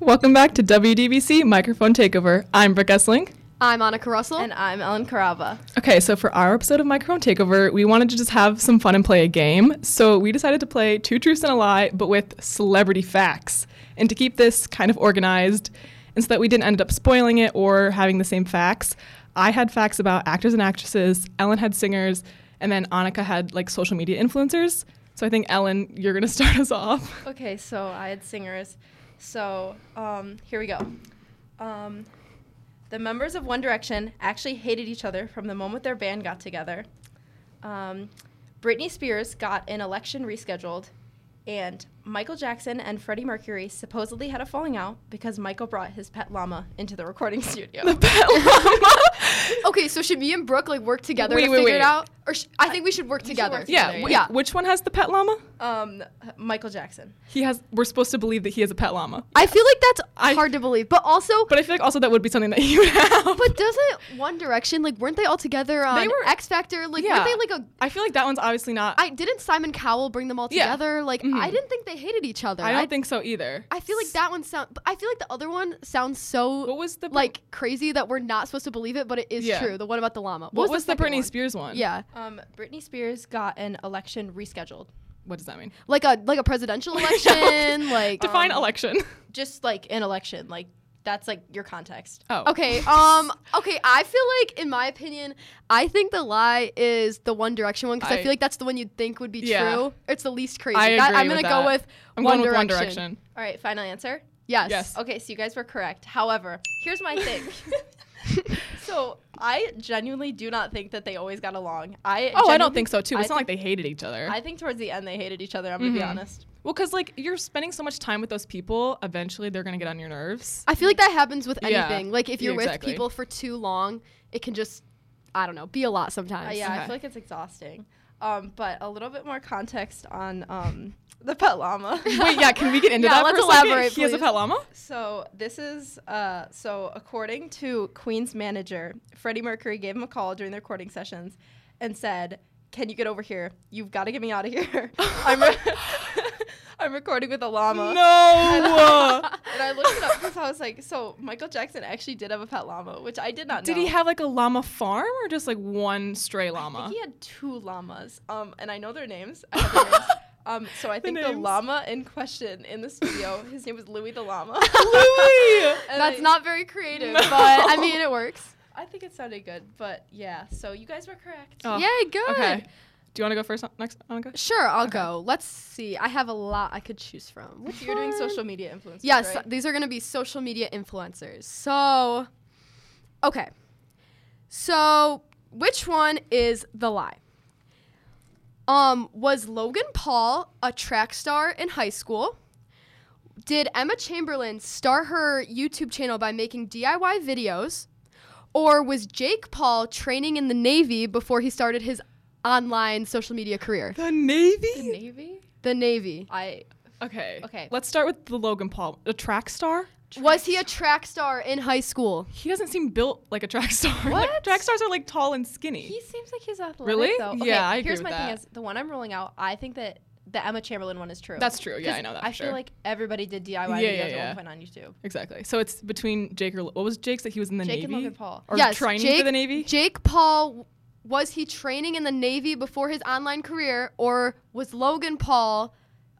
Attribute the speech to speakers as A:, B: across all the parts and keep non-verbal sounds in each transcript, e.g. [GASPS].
A: Welcome back to WDBC Microphone Takeover. I'm Brooke Essling.
B: I'm Annika Russell.
C: And I'm Ellen Carava.
A: Okay, so for our episode of Microphone Takeover, we wanted to just have some fun and play a game. So we decided to play Two Truths and a Lie, but with celebrity facts. And to keep this kind of organized, and so that we didn't end up spoiling it or having the same facts, I had facts about actors and actresses, Ellen had singers, and then Annika had like social media influencers. So I think Ellen, you're gonna [LAUGHS] start us off.
C: Okay, so I had singers. So um, here we go. Um, the members of One Direction actually hated each other from the moment their band got together. Um, Britney Spears got an election rescheduled, and Michael Jackson and Freddie Mercury supposedly had a falling out because Michael brought his pet llama into the recording [LAUGHS] studio.
A: The [LAUGHS] pet llama.
B: [LAUGHS] Okay, so should me and Brooke like work together
A: Wait,
B: to
A: wait,
B: figure
A: wait.
B: it out? Oh, Or sh- I think we should work together.
C: work
A: Yeah,
C: together,
A: wh-
B: yeah.
A: Which one has the pet llama?
C: Um, Michael Jackson.
A: He has. We're supposed to believe that he has a pet llama.
B: I feel like that's
A: I-
B: hard to believe, but also,
A: But I feel like also that would be something that [LAUGHS] you would have.
B: but doesn't One Direction like weren't they all together on
A: were-
B: X Factor? Like
A: Yeah.
B: weren't they like a?
A: I feel like that one's obviously not. I,
B: I didn't Simon Cowell bring them all
A: Yeah.
B: together. Like
A: Mhm.
B: I didn't think they hated each other.
A: don't think so either.
B: I feel like that one sound. but I feel like the other one sounds so
A: What was the Brit-
B: like crazy that we're not supposed to believe it, but it is
A: Yeah.
B: true. The one about the llama.
A: What, was, the,
B: second
A: Britney
B: one?
A: Spears one?
B: Yeah,
C: Um, Britney Spears got an election rescheduled.
A: What does that mean? [LAUGHS]
B: like a like a presidential election. like um,
A: Define election.
C: Just like an election, like that's like your context.
A: Oh.
B: Okay. Um. Okay. I feel like, in my opinion, I think the lie is the One Direction one because I,
A: I-
B: feel like that's the one you'd think would be
A: Yeah.
B: true. It's the least crazy.
A: I agree
B: That- I'm
A: with
B: gonna go
A: that.
B: with
A: [LAUGHS] I'm
B: One
A: going with One
B: Direction.
A: Direction.
C: All right, final answer.
B: yes.
A: Yes.
C: Okay, so you guys were correct. However, here's my thing.
A: [LAUGHS]
C: [LAUGHS]
B: [LAUGHS]
C: so I genuinely do not think that they always got along.
A: Oh, I
C: I genuinely-
A: don't think so too.
C: I
A: It's not like
C: think-
A: they hated each other.
C: I think towards the end they hated each other. I'm gonna be
A: Mhm.
C: honest.
A: well, because like you're spending so much time with those people, eventually they're gonna get on your
B: [LAUGHS]
A: nerves.
B: I feel like that happens with
A: Yeah.
B: anything. Like if
A: Yeah,
B: you're with
A: exactly.
B: people for too long, it can just, I don't know, be a lot sometimes.
C: Uh, yeah, I
A: Okay.
C: feel like it's exhausting. Um, but a little bit more context on um, the pet llama.
A: Wait, yeah. Can we get into
B: Yeah,
A: that?
B: let's
A: for a second?
B: elaborate,
A: He has a
B: please.
A: pet llama.
C: So this is uh, so according to Queen's manager, Freddie Mercury gave him a call during the recording sessions and said, "Can you get over here? You've got to get me out
A: [LAUGHS]
C: of here. I'm re- [LAUGHS] I'm recording with a llama."
A: No.
B: [LAUGHS]
A: [LAUGHS]
C: And I looked it up because I was like, "So Michael Jackson actually did have a pet llama, which I did not
A: Did
C: know."
A: he have like a llama farm or just like one stray llama?
C: [LAUGHS] I think he had two llamas. Um, and I know their
A: [LAUGHS]
C: names. I have their names. Um, so I
A: The
C: think the,
A: names.
C: llama in question in the studio, his name was Louis
A: [LAUGHS]
C: the llama.
A: Louis.
C: And
B: That's
C: I-
B: not very creative,
A: No.
B: but I mean
A: [LAUGHS]
B: it works.
C: I think it sounded good, but yeah. So you guys were correct.
A: Oh,
B: Yay, good.
A: Okay. Do you want to go first? Next, Annika.
B: Sure, I'll go. Let's see. I have a lot I could choose from. Which
C: So you're doing
B: one?
C: social media influencers.
B: Yes,
A: uh,
C: right?
B: these are going to be social media influencers. So, okay. So, which one is the lie? Um, was Logan Paul a track star in high school? Did Emma Chamberlain star her YouTube channel by making DIY videos? Or was Jake Paul training in the Navy before he started his online social media career?
A: The Navy.
C: The Navy.
B: The Navy.
C: I
A: Okay.
C: Okay.
A: Let's start with the Logan Paul, a track star.
B: Was he a track star in high school?
A: He doesn't seem built like a track [LAUGHS] star. Like,
C: What?
A: track stars are like tall and skinny.
C: he seems like he's athletic.
A: Really?
C: Though. Okay,
A: Yeah, I agree
C: Here's
A: with
C: my thing:
A: that.
C: is the one I'm rolling out. I think that the Emma Chamberlain one is true.
A: That's true. Yeah,
C: 'Cause
A: I know that.
C: I
A: for
C: feel
A: sure.
C: like everybody did DIY
A: Yeah,
C: videos
A: yeah,
C: at
A: yeah.
C: one point on YouTube.
A: exactly. So it's between Jake or what was Jake's that he was in the
C: Jake
A: Navy
C: and Logan Paul.
A: or training for the Navy.
B: Jake Paul was he training in the Navy before his online career, or was Logan Paul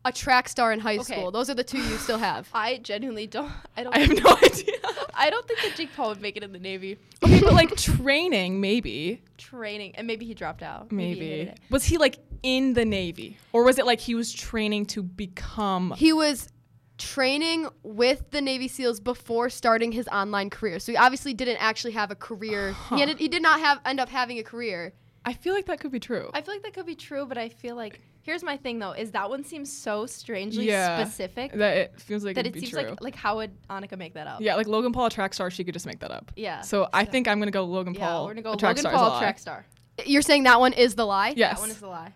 B: a track star in high
C: Okay.
B: school? Those are the two
A: [LAUGHS]
B: you still have.
C: I genuinely don't. I don't.
A: I have
C: think-
A: no [LAUGHS] idea.
C: I don't think that Jake Paul would make it in the Navy
A: okay, but like training maybe,
C: training, and maybe he dropped out. he
A: maybe.
C: hated it.
A: was he like in the Navy or was it like he was training to become?
B: He was training with the Navy SEALs before starting his online career, so he obviously didn't actually have a career. He ended, he did not have end up having a career.
A: I feel like that could be true.
C: I feel like that could be true, but I feel like here's my thing though: is that one seems so strangely
A: Yeah.
C: specific
A: that it feels like
C: that
A: it'd
C: it
A: be
C: seems
A: true.
C: like like how would Annika make that up?
A: yeah, like Logan Paul, a track star, she could just make that up.
C: Yeah.
A: So I think I'm gonna go Logan
C: Yeah,
A: Paul.
C: we're gonna go
A: a track
C: Logan
A: star is a
C: Paul,
A: lie.
C: track star.
B: You're saying that one is the lie?
A: Yes.
C: That one is the lie.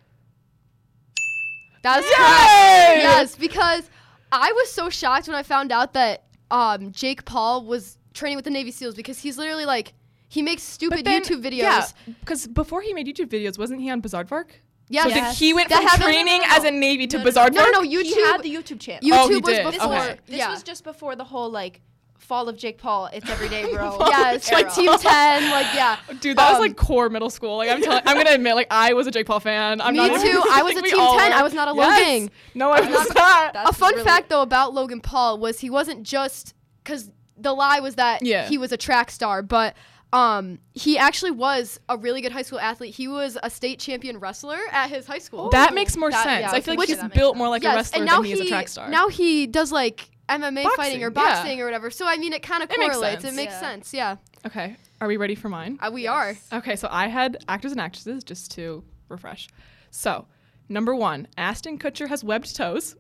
B: That is
A: Yay!
C: [LAUGHS]
B: correct. Yes, because I was so shocked when I found out that um, Jake Paul was training with the Navy SEALs because he's literally like he makes stupid YouTube videos.
A: because before he made YouTube videos, wasn't he on Bizarre Vark?
B: Yeah,
A: So
B: yeah.
A: the, he went
B: That
A: from
B: happened-
A: training
B: no, no, no,
A: as a Navy to
C: No, no, no.
A: bizarre
B: No, no,
A: Jerk?
B: YouTube.
C: He had the YouTube channel.
B: YouTube
A: Oh, he
B: was
A: did.
B: before.
A: Okay.
C: This
B: yeah.
C: was just before the whole like fall of Jake Paul. It's
A: [LAUGHS]
C: every day, bro.
A: Fall
B: yeah,
A: of
B: it's
A: Jake
B: like Team Ten. Like
C: [LAUGHS]
B: yeah.
A: Dude, that was
B: Um,
A: like core middle school. Like I'm telling, I'm gonna admit, like I was a Jake Paul fan. I'm
B: Me
A: not [LAUGHS]
B: too. I was a
A: think we
B: Team
A: all
B: 10.
A: were.
B: I was not a
A: Yes.
B: Logan.
A: No, I was not.
C: That's
B: A fun
C: really-
B: fact though about Logan Paul was he wasn't just because the lie was that
A: Yeah.
B: he was a track star, but um, he actually was a really good high school athlete. He was a state champion wrestler at his high school.
A: That makes more
C: That-
A: sense.
C: yeah,
A: I feel
C: I was thinking
A: like he's
C: that makes
A: built
C: sense.
A: more like a wrestler
B: and now
A: than he, is a track star.
B: Now he does like MMA fighting or
A: Boxing, yeah.
B: boxing or whatever. So I mean, it kind of
A: It makes
B: correlates.
A: sense.
B: It makes
C: Yeah.
B: sense. Yeah,
A: okay, are we ready for mine?
B: Uh, we
C: [LAUGHS]
B: are.
A: Okay, so I had actors and actresses just to refresh. So, number one, Ashton Kutcher has webbed toes.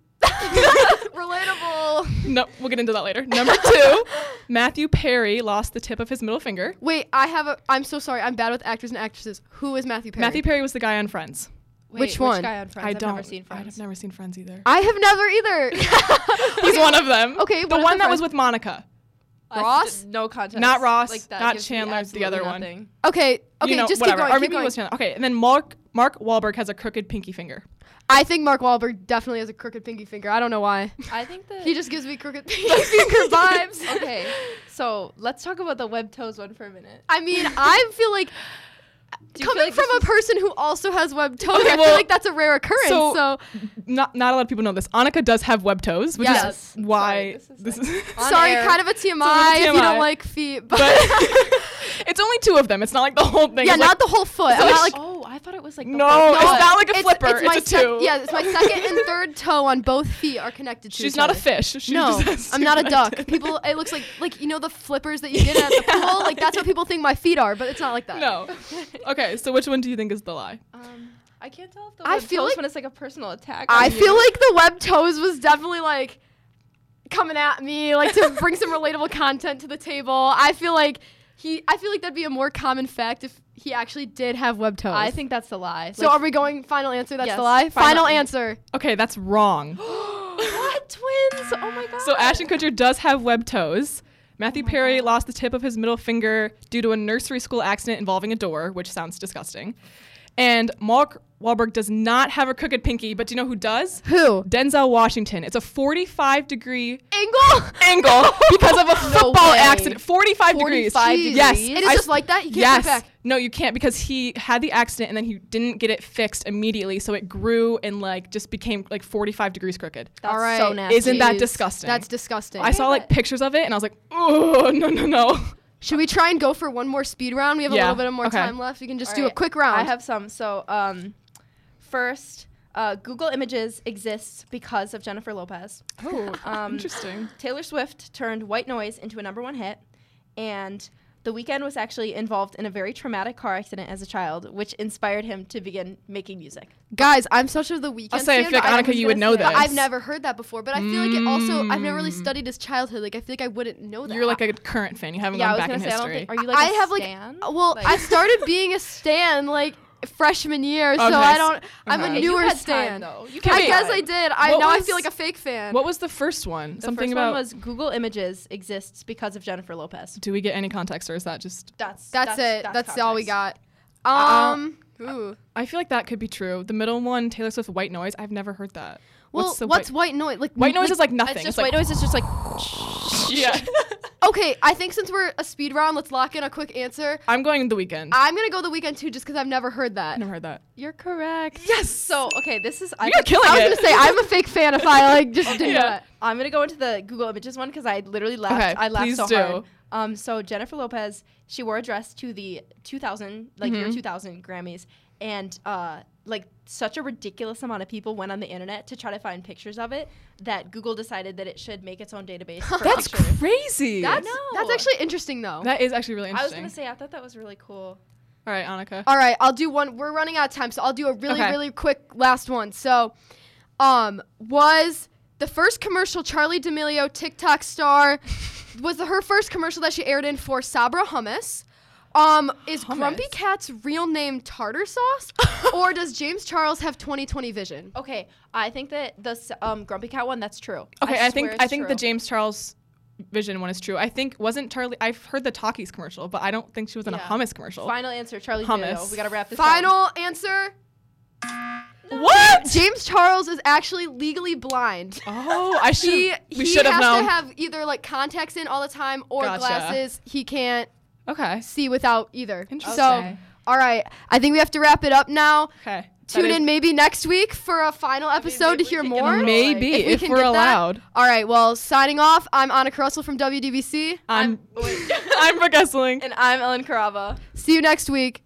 B: Relatable.
A: No, we'll get into that later.
B: [LAUGHS]
A: Number two, Matthew Perry lost the tip of his middle finger.
B: Wait, I have a. I'm so sorry. I'm bad with actors and actresses. Who is Matthew Perry?
A: Matthew Perry was the guy on Friends.
C: Wait,
B: Which one?
C: guy on Friends?
A: I
C: I've
A: don't.
C: never seen Friends.
A: I've never seen Friends
B: [LAUGHS]
A: either.
B: I have
A: [LAUGHS]
B: never either.
A: He's one of them.
B: Okay,
A: the
B: one of
A: one
B: the
A: that was
B: friends.
A: with Monica.
C: I s-
B: Ross?
C: no context.
A: Not Ross,
C: Like, that
A: not
C: gives me
A: Chandler, the other
C: absolutely
A: one.
C: nothing.
B: Okay, okay,
A: you know,
B: just
A: whatever.
B: keep
A: or
B: going. Keep
A: maybe
B: going.
A: it was Chandler. Okay, and then Mark Mark Wahlberg has a crooked pinky finger.
B: I think Mark Wahlberg definitely has a crooked pinky finger. I don't
A: [LAUGHS]
B: know why.
C: I think that.
B: He
C: [LAUGHS]
B: just gives me crooked pinky finger vibes.
C: okay, so let's talk about the web toes one for a minute.
B: I mean, I feel like
C: Do you feel
B: coming
C: like
B: from
C: this
B: a person who also has webbed toes,
A: Okay,
B: I feel
A: well,
B: like that's a rare occurrence. So,
A: so- Not not a lot of people know this. Annika does have web toes, which
B: Yes.
A: is why
C: Sorry,
A: this
C: this is
A: is. [LAUGHS]
C: on
B: sorry,
C: air.
B: kind of a TMI, if you
A: TMI.
B: don't like feet, but,
A: but [LAUGHS] it's only two of them. It's not like the whole thing.
B: yeah,
A: It's
B: not
A: like,
B: the whole foot. I'm
A: like-
B: not like
C: oh, I thought it was like the
A: No,
C: whole-
A: Oh, it's
B: No,
A: not like a flipper,
B: my
A: it's a
B: sec-
A: two.
B: yeah, it's my second and third toe on both feet are connected to.
A: she's
B: each
A: not a
B: other.
A: fish. She
B: no,
A: just has
B: I'm
A: two
B: not a duck.
A: connected-
B: People, it looks like like you know the flippers that you
A: [LAUGHS]
B: get at the pool. Like that's what people think my feet are, but it's not like that.
A: No. Okay, so which one do you think is the lie?
C: Um, I can't tell if the
B: I
C: web
B: feel
C: toes
B: like-
C: when it's like a personal attack.
B: I
C: on
B: feel
C: you.
B: like the web toes was definitely like coming at me, like to bring some relatable content to the table. I feel like he, I feel like that'd be a more common fact if he actually did have web toes.
C: I think that's a lie.
B: So are we going final answer? That's
C: Yes,
B: the lie. Final,
C: final an-
B: answer.
A: Okay, that's
B: [GASPS]
A: wrong.
C: [GASPS] what twins? Oh my god.
A: So Ashton Kutcher does have web toes. Matthew
B: Oh
C: my
A: Perry
C: God.
A: lost the tip of his middle finger due to a nursery school accident involving a door, which sounds disgusting. And Mark Wahlberg does not have a crooked pinky, but do you know who does?
B: Who?
A: Denzel Washington. It's a 45 degree
B: Angle.
A: angle [LAUGHS] because of a football
C: way.
A: accident. 45, degrees.
C: 45
B: Jeez.
A: Yes.
B: It is
A: I-
B: just like that. You can't
A: yes.
B: go back.
A: No, you can't because he had the accident and then he didn't get it fixed immediately, so it grew and like just became like 45 degrees crooked.
C: That's
B: All right.
C: so nasty.
A: Isn't that
B: Jeez.
A: disgusting?
B: That's disgusting.
A: I saw like pictures of it and I was like, oh no no no.
B: Should we try and go for one more speed round? We have a
A: Yeah.
B: little bit of more
A: Okay.
B: time left. We can just
C: All
B: do a
C: right.
B: quick round.
C: I have some. So um, first, uh, Google Images exists because of Jennifer Lopez.
A: Oh,
C: Um,
A: interesting.
C: Taylor Swift turned White Noise into a number one hit, and The Weeknd was actually involved in a very traumatic car accident as a child, which inspired him to begin making music.
B: Guys, I'm such of the weekend.
A: I'll say I
B: fan,
A: feel like
B: but I-
A: Annika, you would know this.
B: But I've never heard that before. But I feel like it also I've never really studied his childhood. Like I feel like I wouldn't know that.
A: Mm. You're like a current fan. You haven't
C: yeah,
A: gone
C: I was
A: back
C: gonna
A: in
C: say I don't
A: history.
C: think. Are you like
B: I
C: a
B: have, like,
C: stan?
B: Uh, well,
A: [LAUGHS]
C: Like-
B: I started being a stan like freshman year, so
A: Okay,
B: I don't. I'm
A: okay.
B: a
A: You
B: newer
C: had time,
B: stan.
C: though. You
B: I
A: had
B: guess
A: time.
B: I did. I
A: What
B: now I
A: was-
B: feel like a fake fan.
A: what was the first one?
C: The
A: Something
C: first
A: about.
C: one was Google Images exists because of Jennifer Lopez.
A: do we get any context, or is that just?
C: That's
B: that's, it. That's, all we
C: context.
B: got.
A: Uh,
B: Um. ooh.
A: I feel like that could be true. The middle one, Taylor Swift, White Noise. I've never heard that.
B: Well,
A: what's
B: what's,
A: the white,
B: white noise? Like
A: white noise? is like nothing.
C: It's just
A: like,
C: white noise. It's just like
B: [LAUGHS]
A: Yeah. [LAUGHS] Oh,
B: okay. I think since we're a speed round, let's lock in a quick answer.
A: I'm going the weekend. I've
B: I'm gonna go the weekend too, just because I've never heard that.
A: never heard that.
C: you're correct.
A: Yes.
C: So okay, this is
A: You're killing
B: I
A: it.
B: was gonna say I'm a fake fan if I
A: [LAUGHS]
B: like just
A: Yeah.
B: didn't know that.
C: I'm gonna go into the Google Images one because I literally laughed.
A: Okay,
C: I laughed
A: please
C: so
A: do.
C: hard. Um, so Jennifer Lopez, she wore a dress to the 2000, like year
A: Mm-hmm.
C: 2000 Grammys, and uh, like such a ridiculous amount of people went on the internet to try to find pictures of it that Google decided that it should make its own
A: [LAUGHS]
C: database. For
A: That's
C: pictures.
A: crazy.
B: That's that's
C: No.
B: actually interesting though.
A: that is actually really
C: I was
A: interesting.
C: gonna say I thought that was really cool.
A: All right, Annika.
B: All right, I'll do one. We're running out of time, so I'll do a really
A: Okay.
B: really quick last one. So, um, was the first commercial Charlie D'Amelio
A: [LAUGHS]
B: TikTok star was the, her first commercial that she aired in for Sabra hummus? Um, is Grumpy
A: Hummus?
B: Cat's real name
A: [LAUGHS]
B: tartar sauce, or does James Charles have 2020 vision?
A: Oh,
C: Okay, I think that the s- um, Grumpy Cat one that's true.
A: Okay, I, think
C: swear it's
A: I think the
C: true.
A: James Charles Vision one is true. I think wasn't Charlie. I've heard the Takis commercial, but I don't think she was in a
C: Yeah.
A: hummus commercial.
C: Final answer, Charlie.
A: Hummus.
C: Hummus. We gotta wrap this. up.
B: Final answer.
A: What?
B: James Charles is actually legally blind.
A: Oh, I should.
B: He,
A: we
B: he
A: should have
B: has
A: known.
B: to have either like contacts in all the time or
A: Gotcha.
B: glasses. He can't
A: okay.
B: see without either.
A: Interesting.
B: So, all right. I think we have to wrap it up now.
A: Okay.
B: Tune in maybe next week for a final episode to
C: maybe we
B: hear
C: can get
B: more.
C: a-
A: Maybe
B: If we
A: if,
B: can
A: we are
B: get that-
A: allowed.
B: All right. Well, signing off. I'm Annika Russell from WDBC.
A: I'm.
C: Wait.
B: [LAUGHS]
A: I'm for guessing.
C: and I'm Ellen Carava.
B: See you next week.